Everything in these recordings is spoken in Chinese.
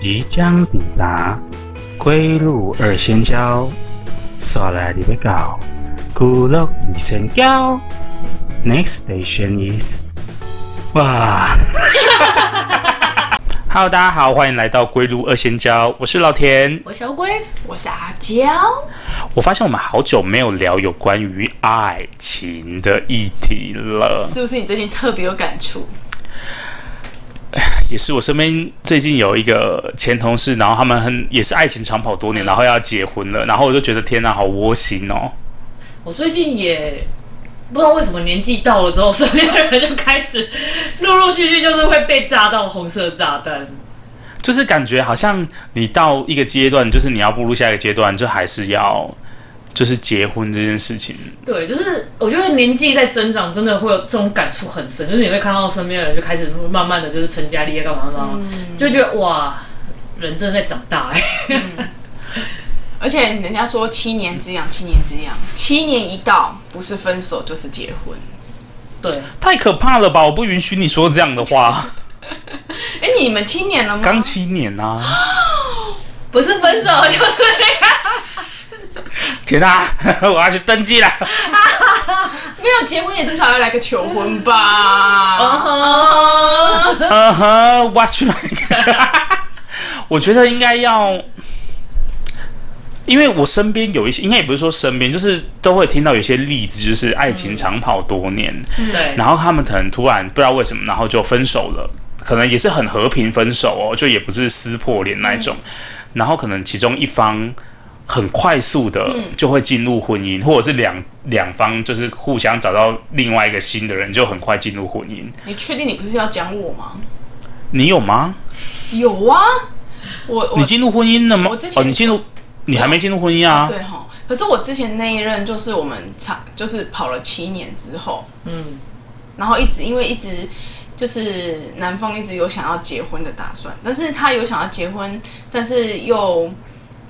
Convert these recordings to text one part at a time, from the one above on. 即将抵达归路二仙交，刷来你要到古乐二仙交。Next station is，哇！Hello，大家好，欢迎来到归路二仙交，我是老田。我小龟，我是阿娇，我发现我们好久没有聊有关于爱情的议题了。是不是你最近特别有感触？也是我身边最近有一个前同事，然后他们很也是爱情长跑多年，然后要结婚了，然后我就觉得天哪，好窝心哦。我最近也不知道为什么年纪到了之后，身边的人就开始陆陆续续就是会被炸到红色炸弹。就是感觉好像你到一个阶段，就是你要步入下一个阶段，就还是要就是结婚这件事情。对，就是我觉得年纪在增长，真的会有这种感触很深，就是你会看到身边的人就开始慢慢的就是成家立业干嘛干嘛，嗯就觉得哇，人真的在长大哎、而且人家说七年之痒，七年之痒，七年一到，不是分手就是结婚。对，太可怕了吧！我不允许你说这样的话。哎、你们七年了吗？刚七年啊，不是分手就是天啊，我要去登记了。 没有结婚也至少要来个求婚吧？嗯哼，我去买个。我觉得应该要，因为我身边有一些，应该也不是说身边，就是都会听到有些例子，就是爱情长跑多年， 对，然后他们可能突然不知道为什么，然后就分手了，可能也是很和平分手哦，就也不是撕破脸那一种，然后可能其中一方很快速的就会进入婚姻，或者是两两方就是互相找到另外一个新的人，就很快进入婚姻。你确定你不是要讲我吗？你有吗？有啊，我我你进入婚姻了吗？我之前哦，你进入，你还没进入婚姻啊？对哈。可是我之前那一任就是我们长就是跑了七年之后，嗯，然后一直因为一直就是男方一直有想要结婚的打算，但是他有想要结婚，但是又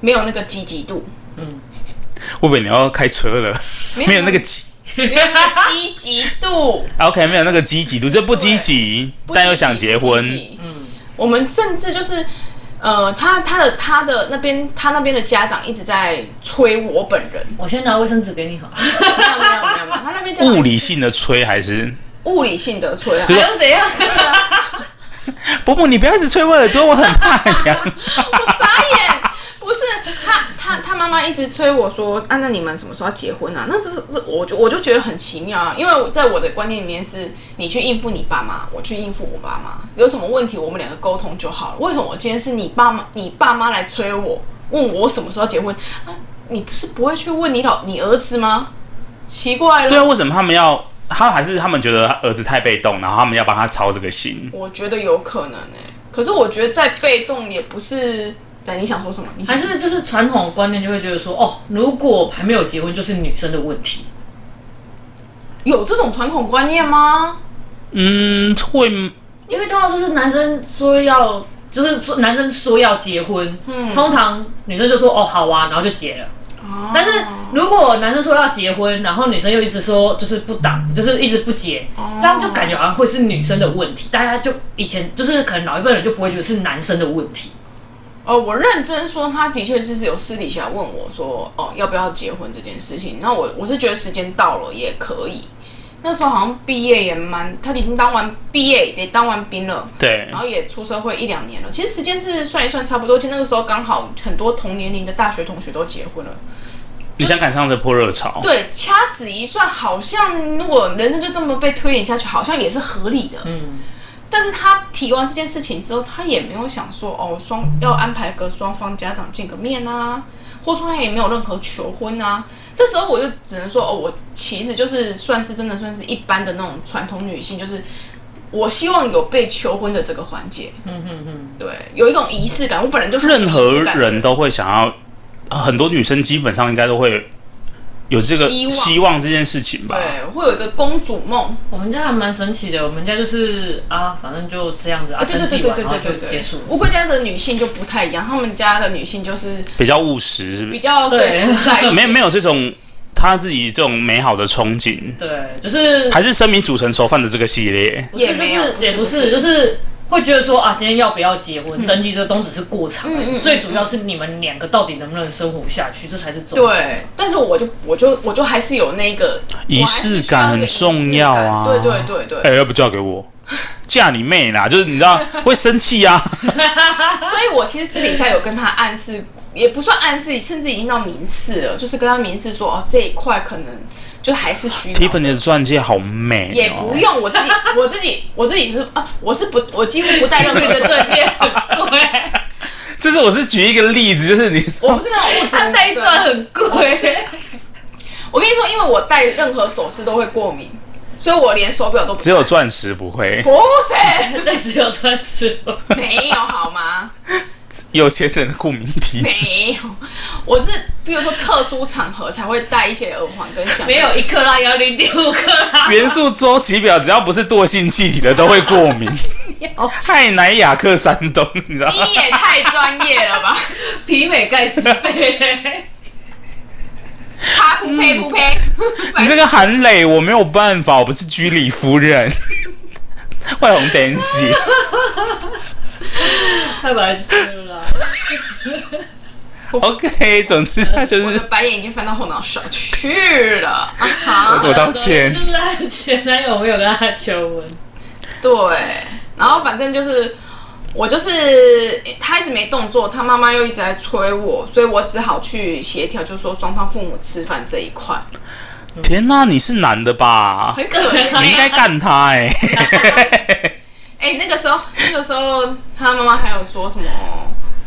没有那个积极度，会不会你要开车了？没有那个积没有那个积极度， ，OK，没有那个积极度，就不积极，但又想结不积婚。极。嗯，我们甚至就是，呃，他他的他的那边他那边的家长一直在催我本人，我先拿卫生纸给你好了，没有没有没有没有，他那边家长物理性的催还是物理性的催啊这，个还要怎样？伯母，你不要一直催我耳朵，我 很怕痒。我傻眼，不是他他他妈妈一直催我说，啊，那你们什么时候要结婚啊？那这是这我就我就觉得很奇妙啊，因为我在我的观念里面是，你去应付你爸妈，我去应付我爸妈，有什么问题我们两个沟通就好了。为什么我今天是你爸妈你爸妈来催我，问我什么时候结婚啊？你不是不会去问你老你儿子吗？奇怪对啊，了，为什么他们要？他还是他们觉得儿子太被动，然后他们要帮他操这个心。我觉得有可能哎、可是我觉得在被动也不是。对，你想说什么？你想还是就是传统观念就会觉得说，哦，如果还没有结婚就是女生的问题，有这种传统观念吗？嗯，会吗因为通常就是男生说要，就是说男生说要结婚，嗯通常女生就说哦好啊，然后就结了。但是啊哦如果男生说要结婚，然后女生又一直说就是不打，嗯就是一直不结，哦这样就感觉好像会是女生的问题。大家就以前就是可能老一辈人就不会觉得是男生的问题。哦，我认真说，他的确是有私底下问我说，哦，要不要结婚这件事情。那我我是觉得时间到了也可以。那时候好像毕业也蛮，他已经当完毕业，也当完兵了，对然，后也出社会一两年了。其实时间是算一算差不多，其实那个时候刚好很多同年龄的大学同学都结婚了。你想赶上这波热潮，对，掐指一算，好像如果人生就这么被推演下去，好像也是合理的。嗯，但是他提完这件事情之后，他也没有想说哦，双要安排个双方家长见个面啊，或说他也没有任何求婚啊。这时候我就只能说哦，我其实就是算是真的算是一般的那种传统女性，就是我希望有被求婚的这个环节。嗯哼哼，对，有一种仪式感。我本来就是任何有仪式感的人都会想要，呃很多女生基本上应该都会有这个希望希望这件事情吧。对，会有一个公主梦。我们家还蛮神奇的，我们家就是啊，反正就这样子啊，啊，对对登对记对完对然后对就对对，结束了。乌龟家的女性就不太一样，他们家的女性就是比较务实，是不比是？较对对实在一 点。没有没有这种他自己这种美好的憧憬，对，就是还是声明组成囚犯的这个系列，不是，也就没有是不是也不不是，是嗯就是会觉得说啊，今天要不要结婚，登记这东只是过场而已，嗯嗯嗯最主要是你们两个到底能不能生活下去，这才是重点。对，但是我就我就我就还是有那个仪我还是式需要感一个很仪式重要啊。感对对对对，哎、要不嫁给我？嫁你妹啦！就是你知道会生气啊。所以我其实私底下有跟他暗示，也不算暗示，甚至已经到明示了，就是跟他明示说，哦，这一块可能就还是需要。 Tiffany 的钻戒好美、哦，也不用我自己，我自己，我自己是啊，我是不，我几乎不带任何 对的，的，这边 对，就是我是举一个例子，就是你我不是那种物质他带女钻生。很 哦贵，我跟你说，因为我戴任何首饰都会过敏，所以我连手表都不 戴只有钻石不会，不是 但只有钻石。没有好吗？有钱人的顾名体质。没有，我是比如说特殊场合才会戴一些耳环跟项没链。有一克拉，也要零点五克拉。元素周期表只要不是惰性气体的都会过 敏。害乃雅克山东，你知道吗？你也太专业了 吧！皮美盖十倍，啪噗呸噗呸，你这个韩磊，我没有办法，我不是居里夫人。外红 Dancy，太白痴了啦。 OK，总之他就我是的白眼已经翻到后脑勺去了。啊哈，我道歉。就是前男友没有跟他求婚，对，然后反正就是我就是他一直没动作，他妈妈又一直在催我，所以我只好去协调，就说双方父母吃饭这一块天哪、你是男的吧？很可怜。你应该干他哎、哎、那个时候，那个时候他妈妈还有说什么？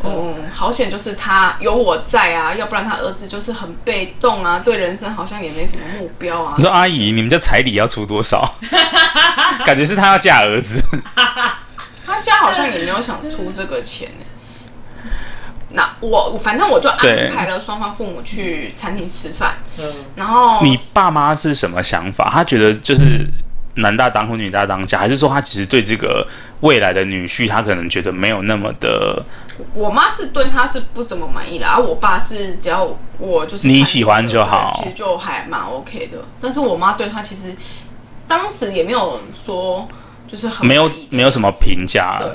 哦、好险，就是他有我在啊，要不然他儿子就是很被动啊，对人生好像也没什么目标啊你。说阿姨，你们家彩礼要出多 少？感觉是他要嫁儿子。他家好像也没有想出这个钱、欸、那我反正我就对安排了双方父母去餐厅吃饭，嗯，然后你爸妈是什么想法？他觉得就是男大当婚，女大当嫁，还是说他其实对这个未来的女婿，他可能觉得没有那么的我妈是对他是不怎么满意的，啊而我爸是只要我就是你喜欢就对好其实就还蛮 OK 的。但是我妈对他其实当时也没有说就是很没有满意没有什么评价。对，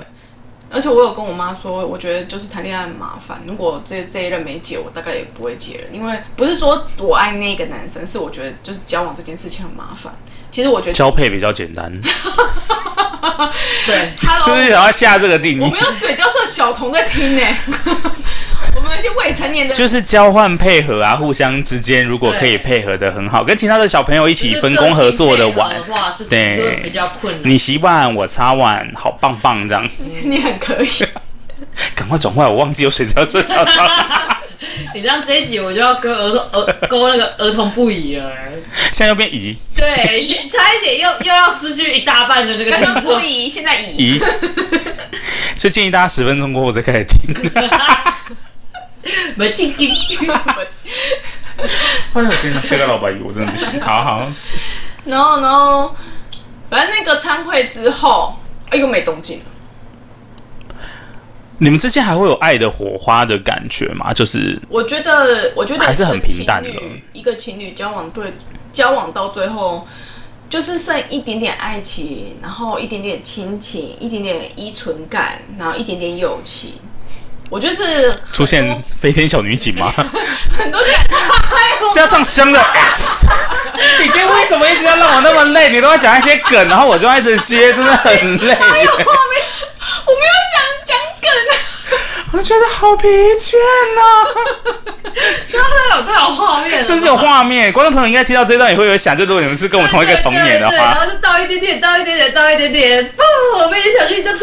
而且我有跟我妈说，我觉得就是谈恋爱很麻烦。如果这这一任没结，我大概也不会结了，因为不是说我爱那个男生，是我觉得就是交往这件事情很麻烦。其实我觉得交配比较简单，是对， 不是，Hello，想要下这个定我义？们有水交社小童在听呢、 我们那些未成年的就是交换配合啊，互相之间如果可以配合的很好，跟其他的小朋友一起分工合作的玩的。话是对是比较困难。你洗碗，我擦碗，好棒棒！这样，你很可以，赶快转过来，我忘记有水饺社交照。你这样这一集我就要跟儿童儿勾那个儿童不宜了。现在又变姨对，差一点又又要失去一大半的那个刚听刚不众。宜，现在宜。 姨，所以建议大家十分钟过后再开始听。没进进， 哎呦，天哪！这个老板姨我真的不行。好好，然后，然后，反正那个参会之后，哎，又没动静了。你们之间还会有爱的火花的感觉吗？就是我觉得，我觉得还是很平淡的一个情侣一个情侣交往对交往到最后，就是剩一点点爱情，然后一点点亲情，一点点依存感，然后一点点友情。我觉得是很多出现飞天小女警吗？很多点，加上香的。你今天为什么一直要让我那么累？你都要讲一些梗，然后我就要一直接，真的很累。我没有想讲梗啊。 我觉得好疲倦啊呐、太有太有画面了，是不是有画面？观众朋友应该听到这段也会有想，就如果你们是跟我同一个童年的对对对话，然后就倒一点点，倒一点点，倒一点点，不，我被你小心就出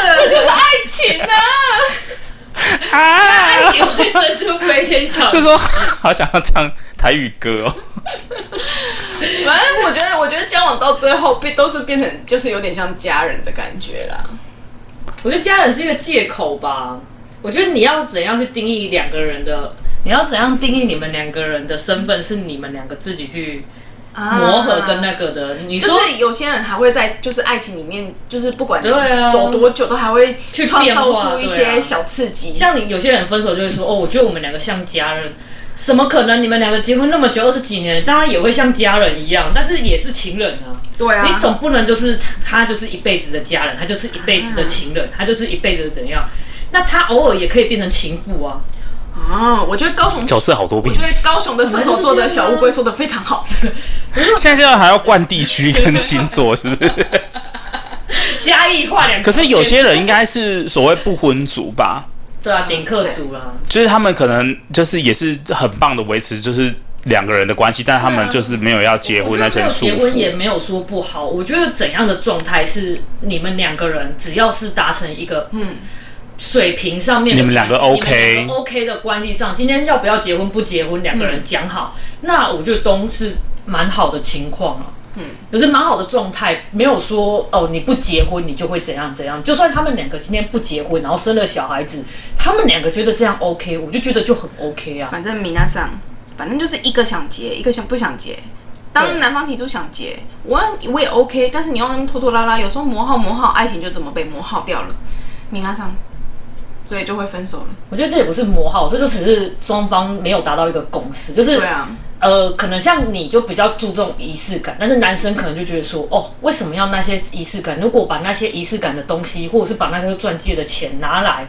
来了。这就是爱情啊！啊，爱情会生出飞天小 这时候好想要唱台语歌哦。反正我觉得，我觉得交往到最后变都是变成就是有点像家人的感觉啦。我觉得家人是一个借口吧。我觉得你要怎样去定义两个人的，你要怎样定义你们两个人的身份，是你们两个自己去磨合跟那个的。你说、啊就是有些人还会在就是爱情里面，就是不管对啊走多久，都还会去创变化造出一对啊些小刺激。像你有些人分手就会说，哦，我觉得我们两个像家人。怎么可能？你们两个结婚那么久，二十几年，当然也会像家人一样，但是也是情人啊。对啊，你总不能就是他他就是一辈子的家人，他就是一辈子的情人，他就是一辈子的怎样？那他偶尔也可以变成情妇啊。啊，我觉得高 雄，角色好多我变觉。得高雄的射手座的小乌龟说的非常好。现在现在还要灌地区跟星座，是不是？嘉义画两个， 可是有些人应该是所谓不婚族吧，对啊，点客族啦，就是他们可能就是也是很棒的维持，就是两个人的关系，但他们就是没有要结我婚啊觉那啊得没层有束结婚也缚。没有说不好，我觉得怎样的状态是你们两个人只要是达成一个嗯水平上面你的关系，们两个 OK 你们两个 OK 的关系上，今天要不要结婚不结婚，两个人讲好，那我觉得东是蛮好的情况啊。嗯，就是蛮好的状态，没有说哦，你不结婚你就会怎样怎样。就算他们两个今天不结婚，然后生了小孩子，他们两个觉得这样 OK，我就觉得就很 OK 啊。反正米娜桑，反正就是一个想结，一个想不想结。当对男方提出想结，我我也 OK，但是你要那么拖拖拉拉，有时候磨耗磨耗，爱情就这么被磨耗掉了。米娜桑，所以就会分手了。我觉得这也不是磨耗，这就只是双方没有达到一个共识，就是对啊，呃，可能像你就比较注重仪式感，但是男生可能就觉得说，哦，为什么要那些仪式感？如果把那些仪式感的东西，或者是把那个钻戒的钱拿来，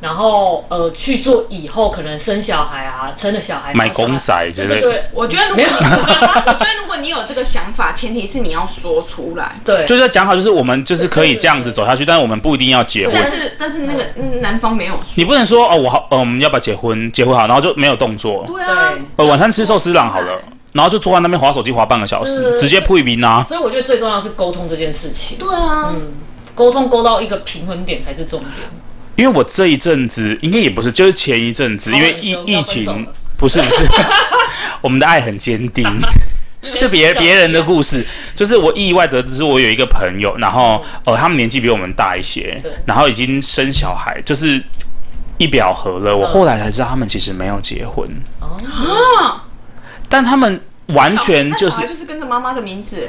然后呃去做以后可能生小孩啊，生了小孩买然后小孩公仔之类对对对我觉得如果没你，有我觉得如果你有这个想法，前提是你要说出来。对，就是要讲好，就是我们就是可以这样子走下去，但是我们不一定要结婚啊但。是但是那个那男方没有说。你不能说哦，我好，呃我们要不要结婚？结婚好，然后就没有动作。对啊对，呃，晚上吃寿司郎好了，然后就坐在那边划手机划半个小时，嗯直接破冰啊！所以我觉得最重要的是沟通这件事情，对啊，沟通沟到一个平衡点才是重点。因为我这一阵子应该也不是，就是前一阵子，因为疫哦你疫说分手情了，不是 不是，我们的爱很坚定。是别别人的故事，就是我意外得知，我有一个朋友，然后呃，他们年纪比我们大一些嗯对，然后已经生小孩，就是一表合嗯了。我后来才知道，他们其实没有结婚，哦啊，但他们完全就那小是孩就是跟着妈妈的名字。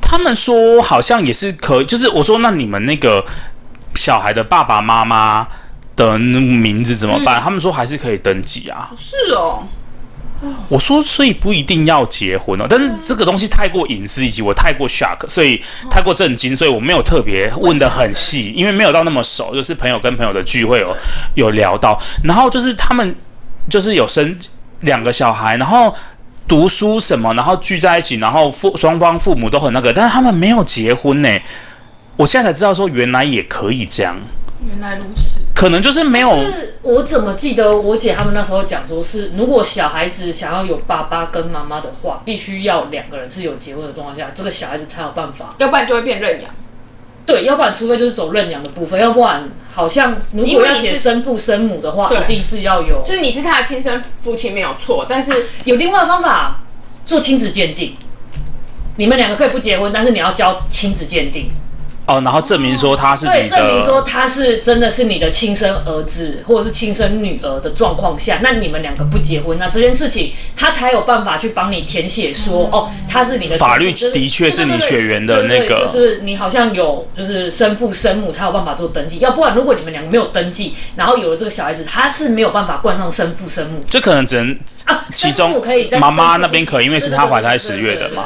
他们说好像也是可以，就是我说那你们那个小孩的爸爸妈妈的名字怎么办？他们说还是可以登记啊。是哦，我说，所以不一定要结婚哦，但嗯是这个东西太过隐私，以及我太过 shock，所以太过震惊，所以我没有特别问得很细，因为没有到那么熟，就是朋友跟朋友的聚会嗯有有聊到，然后就是他们就是有生两个小孩，然后读书什么，然后聚在一起，然后父双方父母都很那个，但是他们没有结婚呢。我现在才知道说，原来也可以这样，原来如此。可能就是没有是我怎么记得我姐他们那时候讲说是，如果小孩子想要有爸爸跟妈妈的话，必须要两个人是有结婚的状况下，这个小孩子才有办法。要不然就会变认养。对，要不然除非就是走认养的部分，要不然好像如因果为要你是写生父生母的话，对一定是要有就是你是他的亲生父亲没有错，但是有另外的方法做亲子鉴定。你们两个可以不结婚，但是你要交亲子鉴定，哦，然后证明说他是对，你的，证明说他是真的是你的亲生儿子或者是亲生女儿的状况下，那你们两个不结婚，那这件事情他才有办法去帮你填写说，哦，他是你的法律就是的确是你血缘的对对对那个就是你好像有就是生父生母才有办法做登记，要不然如果你们两个没有登记，然后有了这个小孩子，他是没有办法冠上生父生母就可能只能啊，其生中父可以，但是妈妈生父那边不可以行因为是对她对怀对胎对十对月对的对嘛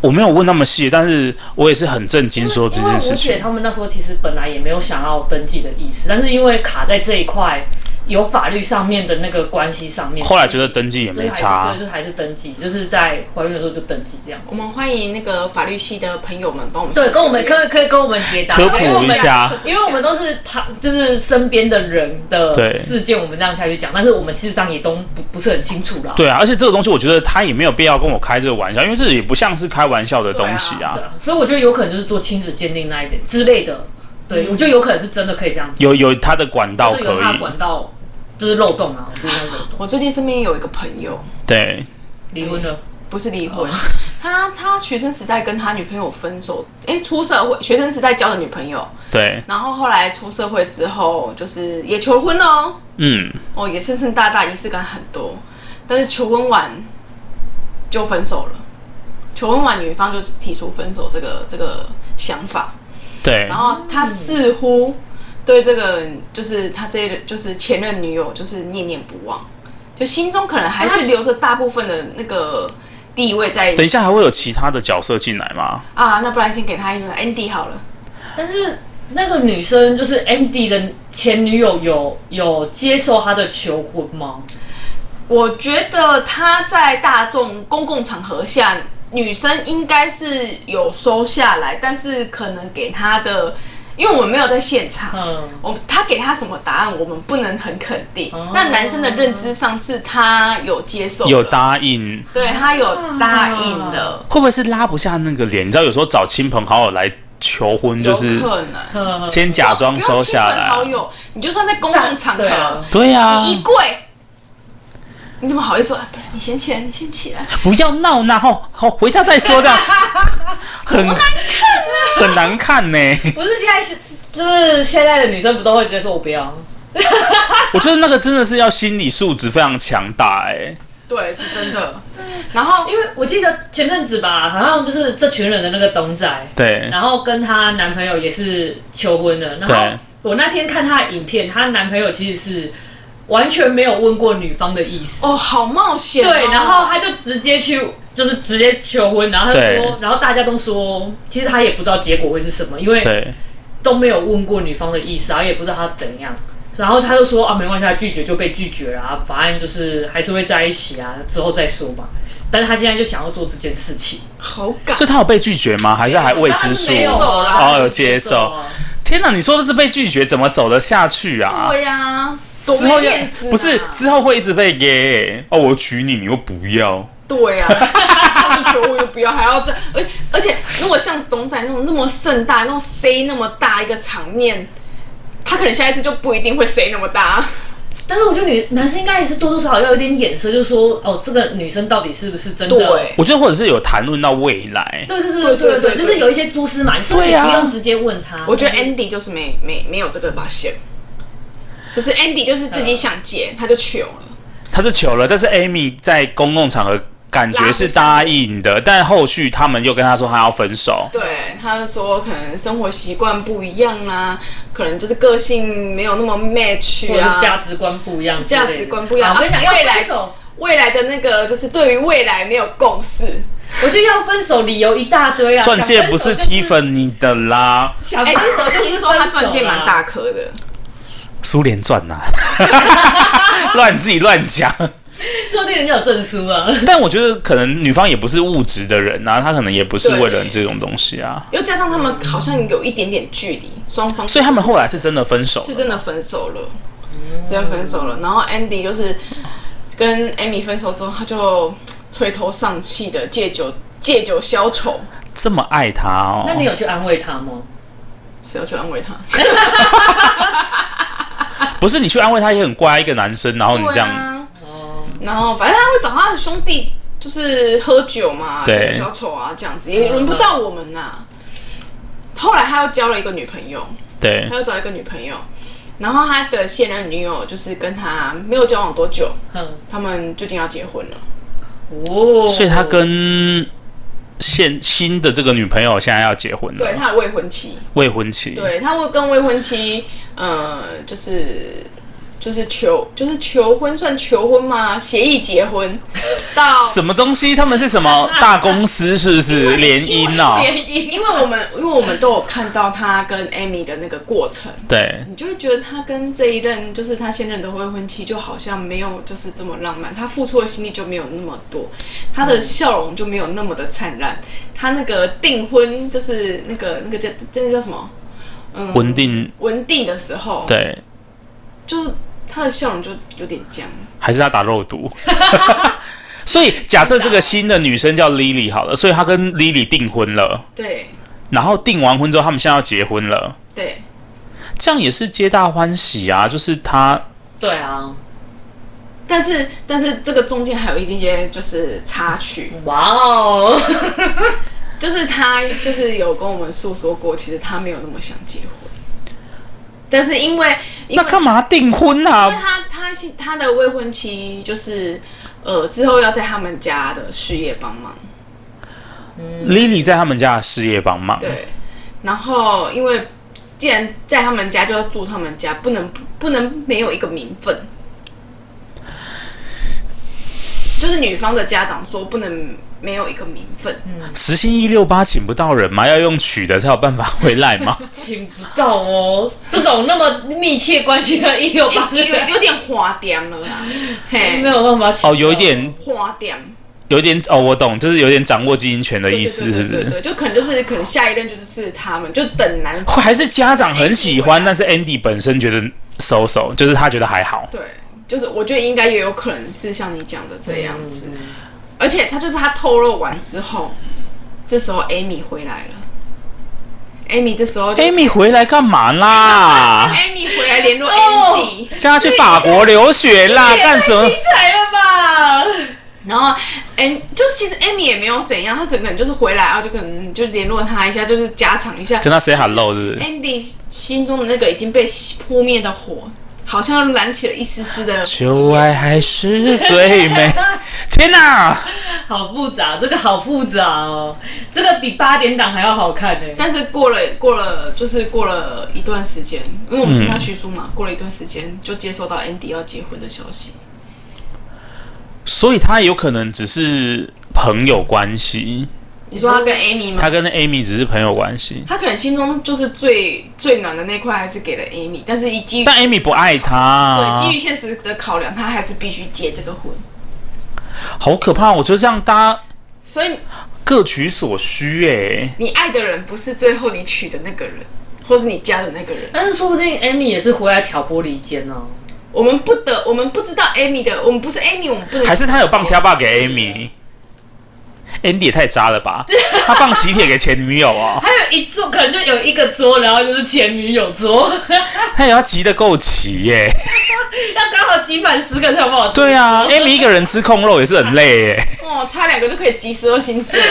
我没有问那么细，但是我也是很震惊说这因为件我事姐情。他们那时候其实本来也没有想要登记的意思，但是因为卡在这一块有法律上面的那个关系上面，后来觉得登记也没差就是还是对，，就是还是登记，就是在怀孕的时候就登记这样。我们欢迎那个法律系的朋友们帮我们对，跟我们可以可以跟我们解答，科因为我普一们下。因为我们都是旁，就是身边的人对的事件，我们这样下去讲，但是我们事实上也都不不是很清楚啦。对啊，而且这个东西我觉得他也没有必要跟我开这个玩笑，因为这也不像是开玩笑的东西啊。对啊，所以我觉得有可能就是做亲子鉴定那一点之类的，对我觉得有可能是真的可以这样做，有有他的管道就是有可它的以，管道就是漏洞啊，我觉得应该是漏洞。我最近身边有一个朋友，对，离婚了，不是离婚，他他学生时代跟他女朋友分手，哎、出社会学生时代交的女朋友，对，然后后来出社会之后，就是也求婚了哦，嗯，哦也盛盛大大，仪式感很多，但是求婚完就分手了，求婚完女方就提出分手这个这个想法，对然，后他似乎对这个就是他这一就是前任女友就是念念不忘，就心中可能还是留着大部分的那个地位在等一下还会有其他的角色进来吗？啊。那不然先给他一个 Andy 好了。但是那个女生就是 Andy 的前女友有，有接受他的求婚吗？我觉得他在大众公共场合下，女生应该是有收下来，但是可能给他的，因为我们没有在现场，嗯，我他给他什么答案，我们不能很肯定。哦那男生的认知上是他有接受了，有答应，对他有答应嗯了，会不会是拉不下那个脸？你知道有时候找亲朋好友来求婚，就是有可能嗯先假装收下来不用亲朋好啊。友，你就算在公共场对啊合，对呀、你衣柜，你怎么好意思说？啊不然你先起来，你先起来。不要闹那后后回家再说这 样，很难看、啊很难看呢、不是现在是就是现在的女生不都会直接说我不要，我觉得那个真的是要心理素质非常强大哎、对，是真的。然后因为我记得前阵子吧，好像就是这群人的那个董仔，对，然后跟她男朋友也是求婚的。然对后我那天看她的影片，她男朋友其实是完全没有问过女方的意思，哦，好冒险、哦。对，然后她就直接去。就是直接求婚，然后她就说对，然后大家都说，其实她也不知道结果会是什么，因为对，都没有问过女方的意思，然后也不知道她怎样，然后她就说啊，没关系，她拒绝就被拒绝啊，反正就是还是会在一起啊，之后再说嘛。但是她现在就想要做这件事情，好感所以他有被拒绝吗？还是还未知数当？然没有啦哦有接受啊天哪，你说的是被拒绝，怎么走得下去啊？对呀、多之后没要面子、啊。不是之后会一直被耶、哦，我娶你，你又不要，对呀、 啊，不求我又不要，还要这，而而且如果像董仔那种那么盛大、那种 C 那么大一个场面，他可能下一次就不一定会 C 那么大。但是我觉得女男生应该也是多多少少要有点眼色，就是说哦，这个女生到底是不是真的？对，我觉得或者是有谈论到未来，对对对对对对对对对，就是有一些蛛丝马迹，所以对你啊不用直接问她。我觉得 Andy 就是没没没有这个把线，就是 Andy 就是自己想结，他就求了。他就求了，但是 Amy 在公共场合感觉是答应的，但后续他们又跟他说他要分手，对，他就说可能生活习惯不一样啊，可能就是个性没有那么 match 或者啊，是价值观不一样之类的，价值观不一样啊我跟你讲，啊要未来分手，未来的那个就是对于未来没有共识。 我觉得要分手理由一大堆啊。 钻戒不是想分手就是 Tiffany 的啦，想哎、分手就听是说他分手啊钻戒蛮啦大颗的，苏联钻呐， 乱自己乱讲。说不定人家有证书啊。但我觉得可能女方也不是物质的人啊，她可能也不是为了这种东西啊，又加上他们好像有一点点距离，双方所以他们后来是真的分手是了。真的分手了，真的分手了。然后 Andy 就是跟 Amy 分手之后，他就垂头丧气的借酒借酒消愁，这么爱他哦，那你有去安慰他吗？谁要去安慰他？不是你去安慰他也很乖，一个男生，然后你这样，对啊哦，然后反正他会找他的兄弟，就是喝酒嘛，对借酒消愁啊，这样子也轮不到我们呐、后来他又交了一个女朋友，对他又找一个女朋友，然后他的现任女友就是跟他没有交往多久，嗯，他们最近要结婚了。哦，所以他跟现新的这个女朋友现在要结婚对，了，他的未婚妻，未婚妻，对他会跟未婚妻，呃，就是就是求就是求婚算求婚吗？协议结婚到， 什么东西？他们是什么大公司？是不是联姻哦？联姻因为我们因为我们都有看到他跟 Amy 的那个过程，对，你就会觉得他跟这一任就是他现任的未婚妻就好像没有就是这么浪漫，他付出的心力就没有那么多，他的笑容就没有那么的灿烂，他那个订婚就是那个那个叫这个叫什么？嗯，婚定文定的时候，对，就是他的笑容就有点僵。还是他打肉毒？ 所以假设这个新的女生叫 Lily 好了，所以他跟 Lily 订婚了，对然后订完婚之后，他们现在要结婚了，对，这样也是皆大欢喜啊！就是他对啊，但是但是这个中间还有一些就是插曲，哇哦，就是他就是有跟我们诉说过，其实他没有那么想结婚，但是因为因那为干嘛订婚因为啊？他他是他的未婚妻，就是呃之后要在他们家的事业帮忙， Lily 在他们家的事业帮忙，对。然后因为既然在他们家，就要住他们家，不能不能没有一个名分。就是女方的家长说不能没有一个名分，时薪一六八请不到人嘛，要用娶的才有办法回来 嘛。请不到哦，这种那么密切关系的一六八哎有有有点花点了啦，嘿没，有办法请哦，到有一点，花点。有一点哦，我懂，就是有点掌握经营权的意思，是不对是？对对对对，就可能就是可能下一任就是是他们，就等男或还是家长很喜哎欢，但是 Andy 本身觉得 so so，就是他觉得还好。对，就是我觉得应该也有可能是像你讲的这样子，而且他就是他透露完之后，这时候 Amy 回来了，Amy 这时候就 Amy 回来干嘛啦？ Amy 回来联络哦 Andy，、叫他去法国留学啦，干什么精？彩了吧？然后 Am 就是其实 Amy 也没有怎样，她整个人就是回来，然后就可能就联络他一下，就是家常一下。跟他 say hello 是不是？ Andy 心中的那个已经被扑灭的火，好像燃起了一丝丝的旧爱还是最美。天哪！好复杂，这个好复杂哦，这个比八点档还要好看呢、但是过了过了，就是过了一段时间，因为我们听到徐叔嗯嘛，过了一段时间就接收到 Andy 要结婚的消息。所以他有可能只是朋友关系，你说他跟 Amy 嗯吗？他跟 Amy 只是朋友关系，他可能心中就是最最暖的那块还是给了 Amy，但是一基于但 Amy 不爱他对，基于现实的考量，他还是必须结这个婚。好可怕！我觉得这样大家所以各取所需、哎，你爱的人不是最后你娶的那个人，或是你嫁的那个人。但是说不定 Amy 也是回来挑拨离间哦。我们不得，我们不知道 Amy 的，我们不是 Amy，我们不能。还是他有放挑把给 Amy。Andy 也太渣了吧！他放喜帖给前女友啊、还有哎一桌，可能就有一个桌，然后就是前女友桌， 他也要急得够齐耶、要刚好挤满十个才有办法吃。对啊，Amy 一个人吃控肉也是很累耶、哦，差两个就可以集十二星 座呢。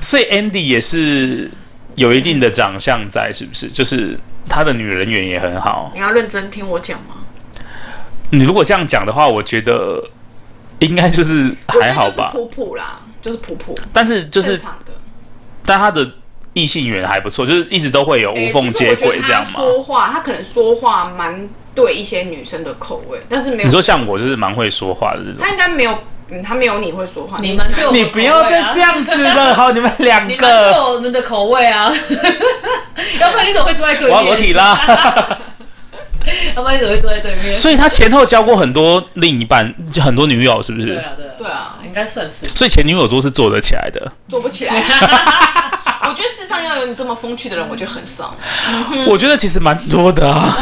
所以 Andy 也是有一定的长相在，是不是？就是他的女人缘也很好。你要认真听我讲吗？你如果这样讲的话，我觉得应该就是还好吧。我觉得就是普普啦，就是普普，但是就是正，常的。但他的异性缘还不错，就是一直都会有无缝接轨这样哎嘛。其实我觉得他嘛。说话，他可能说话蛮对一些女生的口味，但是没有。你说像我就是蛮会说话的这种他。应该没有，嗯，他没有你会说话。你们对我们你的口味啊、不要再这样子了，好，你们两你们对个，我们的口味啊， 要不然你怎么会坐在对我要裸体面？啦。要不然你怎么会坐在对面？所以他前后交过很多另一半，就很多女友，是不对是？啊，对啊，对啊，应该算是。所以前女友桌是做得起来的。做不起 来。我觉得世上要有你这么风趣的人，我觉得很少， 我觉得其实蛮多的啊。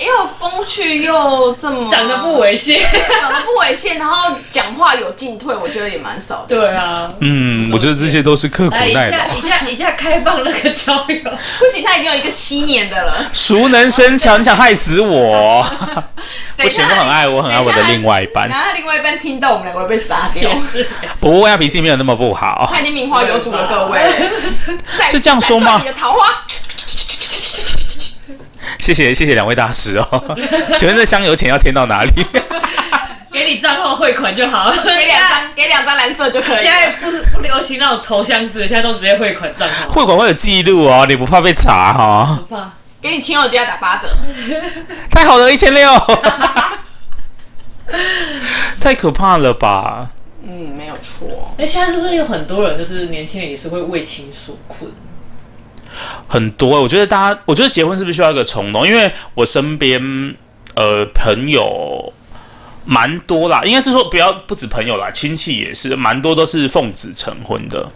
又风趣又这么长得不猥亵， 长得不猥亵，然后讲话有进退，我觉得也蛮少的。对啊，嗯，我觉得这些都是刻苦来一耐下劳，一下一下开放那个交友， 不行，他已经有一个七年的了。熟能生巧，你想害死 我？不不行，我很爱我，很爱我的另外一半然。后他另外一半听到我们两个会被杀掉。不过他脾气没有那么不好。他已经名花有主了，各位。再是这样说吗再断你的桃花，谢谢谢谢两位大师 哦。请问这香油钱要添到哪里？给你账号汇款就好。 给两张，给两张蓝色就可以现了。在不是不流行那种投箱子，现在都直接汇款账号。会馆会有记录哦，你不怕被查哈、 哦？哇给你亲友家打八折，太好了，一千六，太可怕了吧？嗯，没有错。哎、现在是不是有很多人就是年轻人也是会为情所困？很多，我觉得大家，我觉得结婚是不是需要一个从容？因为我身边呃朋友蛮多啦，应该是说不要不止朋友啦，亲戚也是蛮多都是奉子成婚的。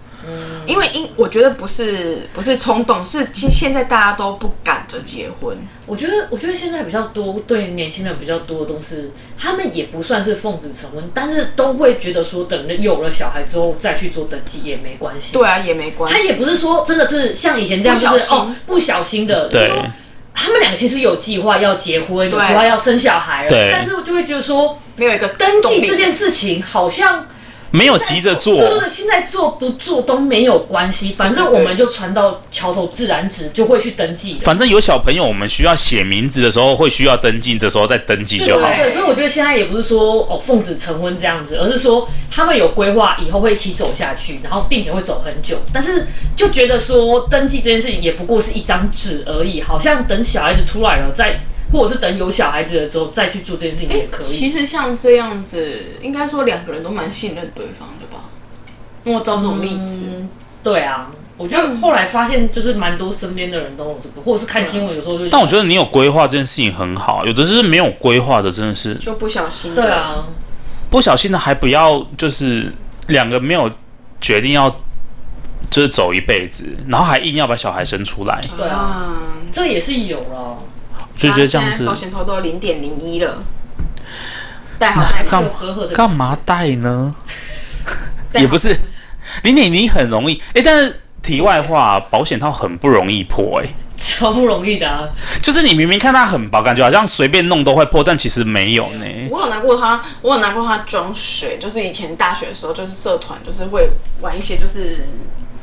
因为因我觉得不是不是冲动，是现现在大家都不赶着结婚，我觉得，我觉得现在比较多对年轻人比较多的东西，他们也不算是奉子成婚，但是都会觉得说，等了有了小孩之后再去做登记也没关系。对啊，也没关他也系。不是说真的是像以前这样，就不是小心哦不小心的，就是对说他们两个其实有计划要结婚，有对计划要生小孩了，对但是我就会觉得说，没有一个登动记力这件事情好像没有急着做对，对对，现在做不做都没有关系，反正我们就传到桥头自然直就会去登记的。反正有小朋友，我们需要写名字的时候，会需要登记的时候再登记对就对好。对，所以我觉得现在也不是说哦奉子成婚这样子，而是说他们有规划，以后会一起走下去，然后并且会走很久。但是就觉得说登记这件事情也不过是一张纸而已，好像等小孩子出来了再或者是等有小孩子了之后再去做这件事情也可以。其实像这样子，应该说两个人都蛮信任对方的吧？因为我找这种例子，嗯，对啊，我觉得后来发现就是蛮多身边的人都有这个，或者是看新闻有时候就。但我觉得你有规划这件事情很好，有的是没有规划的，真的是就不小心的对，啊，不小心的，还不要就是两个没有决定要就是走一辈子，然后还硬要把小孩生出来，对啊啊，这也是有啦。就觉得这样现在子保险套都零点零一了，戴好戴这干个嘛隔阂的干嘛带 呢？戴好也不是， 零点零很容易，哎、但是题外话，保险套很不容易破、诶超不容易的、啊，就是你明明看它很薄，感觉好像随便弄都会破，但其实没有呢。我有拿过它，我有拿过它装水，就是以前大学的时候，就是社团就是会玩一些就是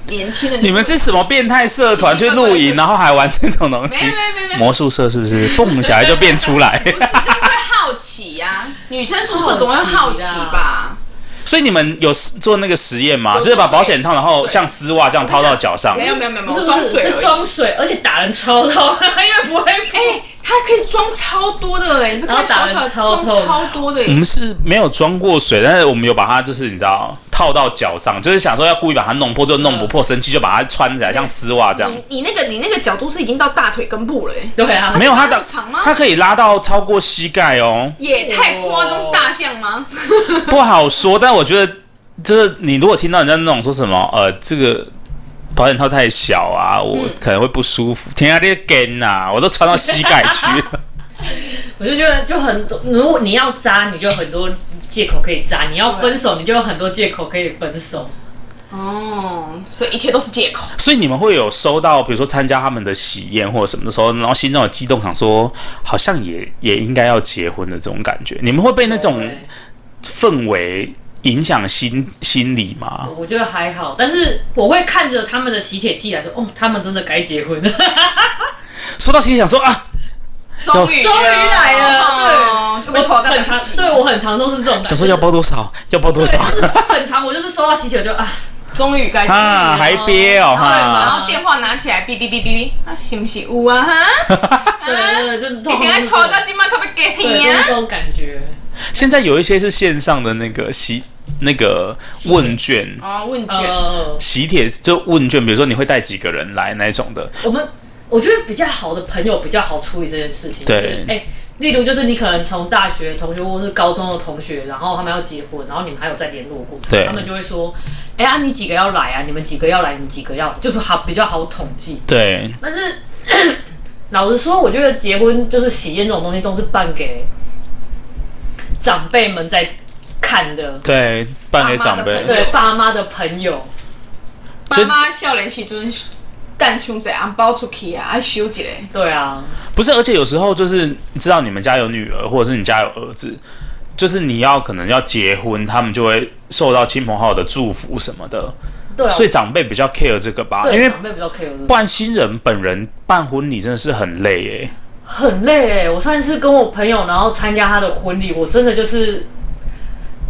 年轻的。你们是什么变态社团去露营，然后还玩这种东西没？没没没没，魔术社是不是？蹦小孩就变出来， 不是就是会好奇呀、女生宿舍总会好奇吧？所以你们有做那个实验吗？有就是把保险套，然后像丝袜这样套到脚上。没有没有没有，不是我不装是水是而已。装水，而且打人超痛， 因为不会破。哎它可以装超多的哎、你不然后看小小打的得超装痛超多的、我欸，们是没有装过水，但是我们有把它，就是你知道套到脚上，就是想说要故意把它弄破，就弄不破，生气就把它穿起来，像丝袜这样。欸你你那个你那个角度是已经到大腿根部了、欸，对啊，没有它的那么长吗，它可以拉到超过膝盖哦，也太夸张，是大象吗？不好说。但我觉得，就是你如果听到人家那种说什么，呃，这个保险套太小啊， 我可能会不舒服。天啊，这个梗呐，我都穿到膝盖去了。我就觉得就很多，如果你要渣，你就有很多借口可以渣；你要分手，你就有很多借口可以分手。哦，所以一切都是借口。所以你们会有收到，比如说参加他们的喜宴或者什么的时候，然后心中有激动，想说好像也也应该要结婚的这种感觉。你们会被那种对氛围影响心心理吗？我觉得还好，但是我会看着他们的喜帖记来说，哦，他们真的该结婚了。说到心里想说啊，终于终于来了哦， 根本头干很得常起，对我很常都是这种感觉，想说要包多少，要包多对，少 就是 很常我就是收到喜帖我就啊，终于该。啊，还憋哦然哈。后电话拿起来，哔哔哔哔哔，啊，是不是有 啊？哈，对对对， 就是一通定要常拖都到今晚，可不给对，你就是啊这？种感觉。现在有一些是线上的那个喜那个问卷。哦，问卷，呃，喜帖就问卷，比如说你会带几个人来那一种的，我们我觉得比较好的朋友比较好处理这件事情。对就是哎、例如就是你可能从大学同学或是高中的同学，然后他们要结婚，然后你们还有在联络过程对，他们就会说，哎、呀、你几个要来啊？你们几个要来？你们几个要？就是好比较好统计。对，但是 老实说，我觉得结婚就是喜宴这种东西，都是办给长辈们在看的，对，办给长辈爸妈的朋，友对爸妈的朋友。呃爸妈少年时阵，蛋胸仔红包出去啊，啊，收一个。对啊，不是，而且有时候就是知道你们家有女儿，或者是你家有儿子，就是你要可能要结婚，他们就会受到亲朋好友的祝福什么的，对啊，所以长辈比较 care 这个吧，因对为长辈比较 care 这个不然新人本人办婚礼真的是很累诶、很累哎、我上一次跟我朋友，然后参加他的婚礼，我真的就是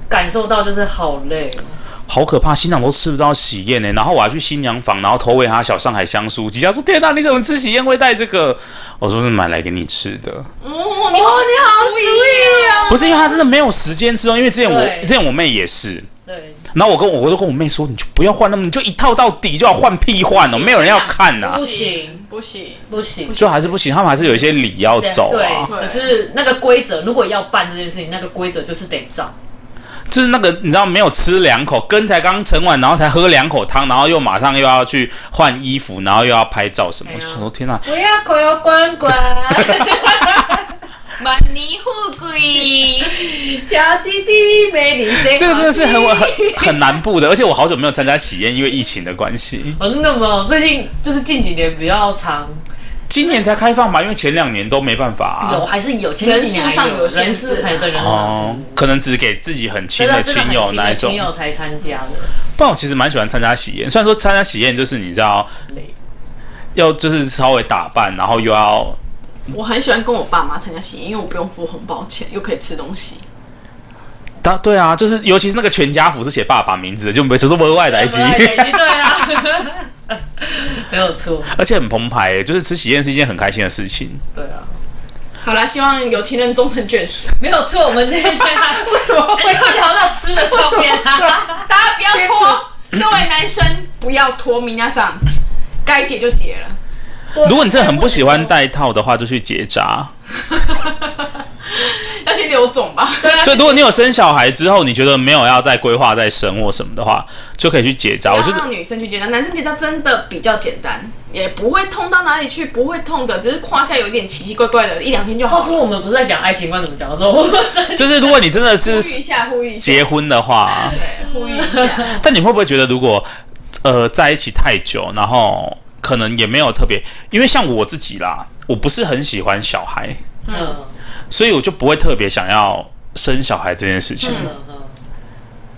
感受到就是好累哦。好可怕，新郎都吃不到喜宴呢、然后我还去新娘房，然后投喂她小上海香酥鸡，她说：“天哪、你怎么吃喜宴会带这个？”我说：“是买来给你吃的，哦，你好，你好 sweet 啊！不是因为她真的没有时间吃哦，因为之前我对之前我妹也是，对，然后我跟我我都跟我妹说，你就不要换那么，你就一套到底就要换屁换哦，没有人要看呐、啊不啊行不行，不行，就还是不行，他们还是有一些理要走对，啊，对可是那个规则，如果要办这件事情，那个规则就是得照。就是那个你知道没有吃两口，羹才刚盛完，然后才喝两口汤，然后又马上又要去换衣服，然后又要拍照什么，哎我呀就想说天哪、我要快要关关，万年富贵。小弟弟美女谁这个真的是哎很很很南部的，而且我好久没有参加喜宴，因为疫情的关系，真的吗？最近就是近几年比较长，今年才开放吧，因为前两年都没办法、有啊。还是有前几年还人数上有限人数制啊还有人数哦，可能只给自己很亲真的的真的亲很友亲那的一种亲，友才参加的。不然我其实蛮喜欢参加喜宴。虽然说参加喜宴就是你知道累，要就是稍微打扮，然后又要我很喜欢跟我爸妈参加喜宴，因为我不用付红包钱，又可以吃东西。当对啊，就是尤其是那个全家福是写爸爸名字的，就没说额外来及， 对啊， 没有错，而且很澎湃、就是吃喜宴是一件很开心的事情。对啊，好啦，希望有情人终成眷属。没有错，我们今天 为什么会哎又聊到吃的上面 啊，大家不要拖，各位男生不要拖，明家上该解就解了。对如果你真的很不喜欢，戴套的话，就去结扎。要先留种吧。对啊，就如果你有生小孩之后，你觉得没有要再规划再生或什么的话，就可以去结扎。我要觉得让女生去结扎，男生结扎真的比较简单，也不会痛到哪里去，不会痛的，只是胯下有点奇奇怪怪的，一两天就好话说了。我们不是在讲爱情观，怎么讲到这种？嗯就是如果你真的呼是吁一下，呼吁一下，结婚的话，对，呼吁一下。但你会不会觉得如果呃在一起太久，然后可能也没有特别，因为像我自己啦，我不是很喜欢小孩，嗯所以我就不会特别想要生小孩这件事情。嗯嗯，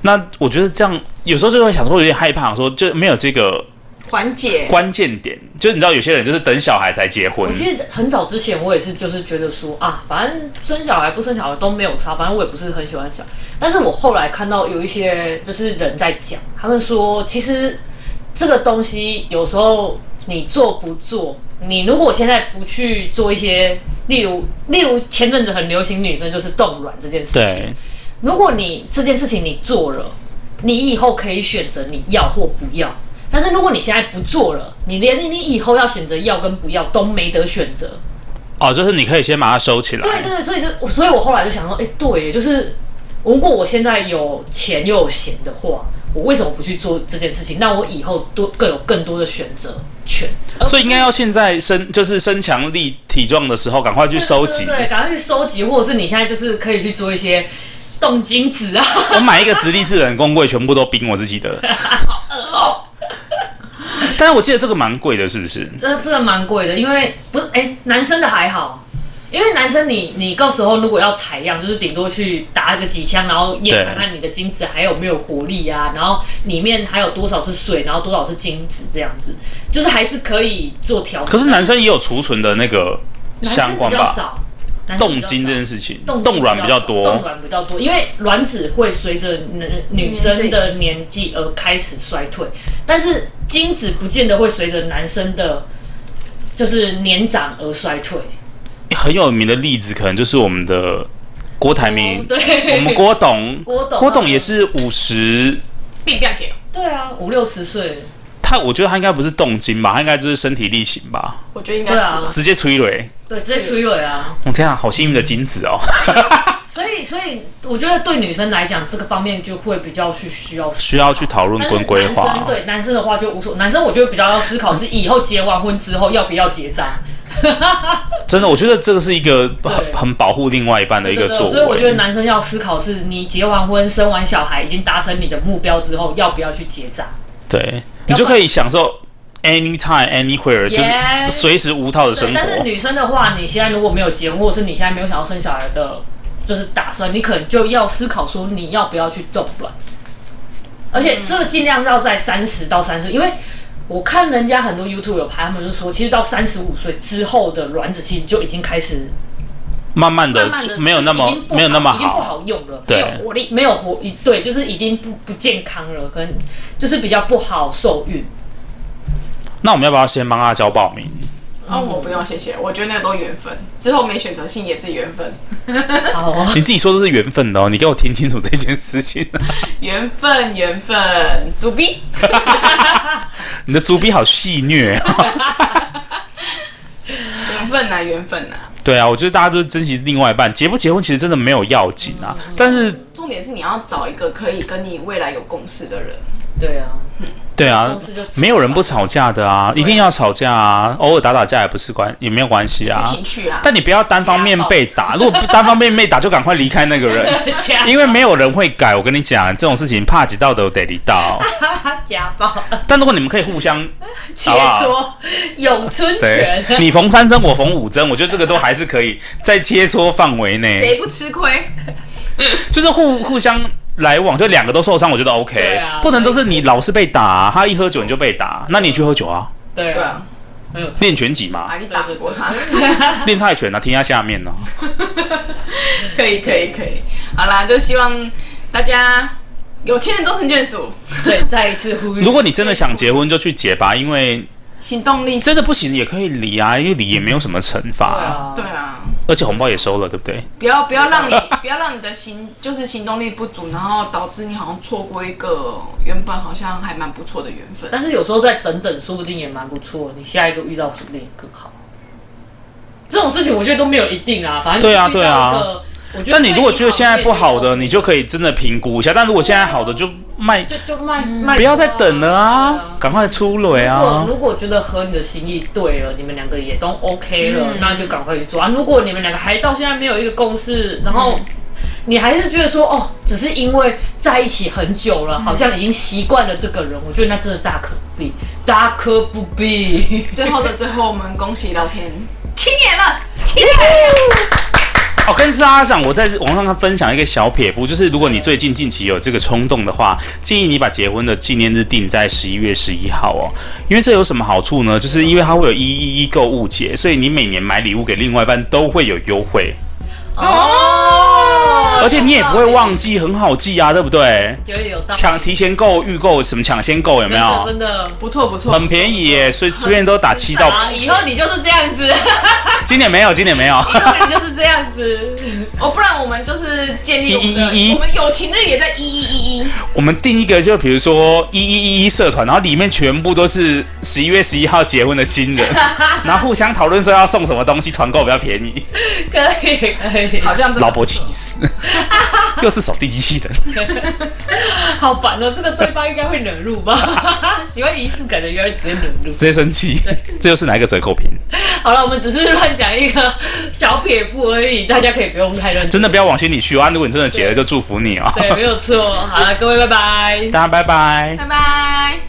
那我觉得这样有时候就会想说有点害怕，说就没有这个缓解，关键点，就是你知道有些人就是等小孩才结婚我，其实很早之前我也是，就是觉得说啊，反正生小孩不生小孩都没有差，反正我也不是很喜欢小孩。但是我后来看到有一些就是人在讲，他们说其实这个东西有时候你做不做，你如果现在不去做一些，例如例如前阵子很流行女生就是冻卵这件事情，对，如果你这件事情你做了，你以后可以选择你要或不要。但是如果你现在不做了，你连你以后要选择要跟不要都没得选择。哦，就是你可以先把它收起来，对对对，所以就所以我后来就想说，哎、对耶，就是如果我现在有钱又有闲的话，我为什么不去做这件事情？让我以后多更有更多的选择权。而不是所以应该要现在身就是身强力体壮的时候，赶快去收集。对对对，赶快去收集，或者是你现在就是可以去做一些动精子啊。我买一个直立式人工柜，全部都冰我自己的。哦但是我记得这个蛮贵的，是不是？这这个蛮贵的，因为不是哎、男生的还好，因为男生你你到时候如果要采样，就是顶多去打个几枪，然后对验看看你的精子还有没有活力啊，然后里面还有多少是水，然后多少是精子这样子，就是还是可以做调整。可是男生也有储存的那个男相生关比较吧？少，男生比冻较精少这件事情，动冻卵比较冻多。卵比较多，因为卵子会随着女女生的年纪而开始衰退，但是精子不见得会随着男生的，就是年长而衰退。很有名的例子，可能就是我们的郭台铭，哦对，我们郭董， 郭董啊郭董也是五十，必不要给。对啊，五六十岁，他我觉得他应该不是冻精吧，他应该就是身体力行吧，我觉得应该是吧对啊直接催泪。对，直接出轨啊。我、天啊，好幸运的精子哦，所以，所以我觉得对女生来讲，这个方面就会比较去需要思考需要去讨论但是跟规男划哦生。对男生的话就无所，男生我觉得比较要思考是以后结完婚之后要不要结扎。真的，我觉得这个是一个很对很保护另外一半的一个对对作所以我觉得为。男生要思考是，你结完婚、生完小孩，已经达成你的目标之后，要不要去结扎？对，你就可以享受 anytime anywhere，就是 Yes 随时无套的对，生但是活。女生的话，你现在如果没有结婚，或者是你现在没有想要生小孩的，就是打算，你可能就要思考说你要不要去冻卵，而且这个尽量是要在三十到三十，因为我看人家很多 YouTube 有拍，他们就说，其实到三十五岁之后的卵子其实就已经开始慢慢的慢慢就的没有那么没有那么已经不好，好用了。对啊没有活力。没有活，一对，就是已经不不健康了，可能就是比较不好受孕。那我们要不要先帮阿娇报 名？哦，我不用，谢谢。我觉得那个都缘分，之后没选择性也是缘分，好啊，你自己说都是缘分的哦，你给我听清楚这件事情。 缘分，缘分。主逼，你的足笔好戏虐啊！缘分呐，缘分呐。对啊，我觉得大家就是珍惜另外一半，结不结婚其实真的没有要紧啊，嗯但是重点是你要找一个可以跟你未来有共识的人。对啊，对啊公司就，吃没有人不 吵架的啊，一定要吵架啊，偶尔打打架也不是关也没有关系啊。是情趣啊，但你不要单方面被 打，如果不单方面被打，就赶快离开那个人，家因为没有人会改。我跟你讲，这种事情怕几道都得离 道。家暴、但如果你们可以互相切好 磋、咏春对 拳，，你缝三针，我缝五针，我觉得这个都还是可以在切磋范围内，谁不吃亏？就是互互相来往，就两个都受伤，我觉得 OK，、对啊不能都是你老是被打、他一喝酒你就被打，那你去喝酒 啊，对对啊，啊，没有错练拳击嘛哎啊，，你打不过他。练泰拳啊，听一下下面呢、可以可以可以，好啦，就希望大家有情人终成眷属，对，再一次呼吁，如果你真的想结婚，就去结吧，因为行动力。真的不行也可以离啊，因为离也没有什么惩罚、对啊，对啊，而且红包也收了，对不对？不要不 要让你不要让你的行就是行动力不足，然后导致你好像错过一个原本好像还蛮不错的缘 分。但是有时候再等等，说不定也蛮不错。你下一个遇到说不定也更好。这种事情我觉得都没有一定啊，反正对啊就是遇到一个。我觉得但你如果觉得现在不好对的，你就可以真的评估一下。但如果现在好的，就卖，就就卖卖，不要再等了啊，赶快出对蕊啊。如果啊！如果觉得合你的心意对了，你们两个也都 OK 嗯了，那就赶快去做啊。如果你们两个还到现在没有一个共识，然后嗯你还是觉得说哦，只是因为在一起很久嗯了，好像已经习惯了这个人，我觉得那真的大可不必，大可不必。最后的最后，我们恭喜老天，七年了，七年了，哦，跟大家讲，我在网上分享一个小撇步，就是如果你最近近期有这个冲动的话，建议你把结婚的纪念日定在十一月十一号哦，因为这有什么好处呢？就是因为它会有一一一购物节，所以你每年买礼物给另外一半都会有优惠，哦，而且你也不会忘记，很好记啊，对不对？觉得有道理，抢提前购、预购什么抢先购有没真的有？真的。不错不错，很便宜耶，随随便都打七到啊！以后你就是这样 子，以今年没有，今年没有。后你就是这样子。哦，不然我们就是建立我们一一一一的，我们友情日也在一一一一，我们定一个，就比如说一一一一社团，然后里面全部都是十一月十一号结婚的新人，然后互相讨论说要送什么东西，团购比较便宜。可以可以，好像真的老婆气死，又是扫地机器人。好烦哦、这个对方应该会惹怒 吧？喜欢仪式感的应该会直接惹怒。直接生气，这又是哪一个折扣品？好了，我们只是乱讲一个小撇步而已，大家可以不用太认真。真的不要往心里去哦啊！如果你真的结了，就祝福你哦。对，没有错。好了，各位，拜拜。大家拜拜。拜拜。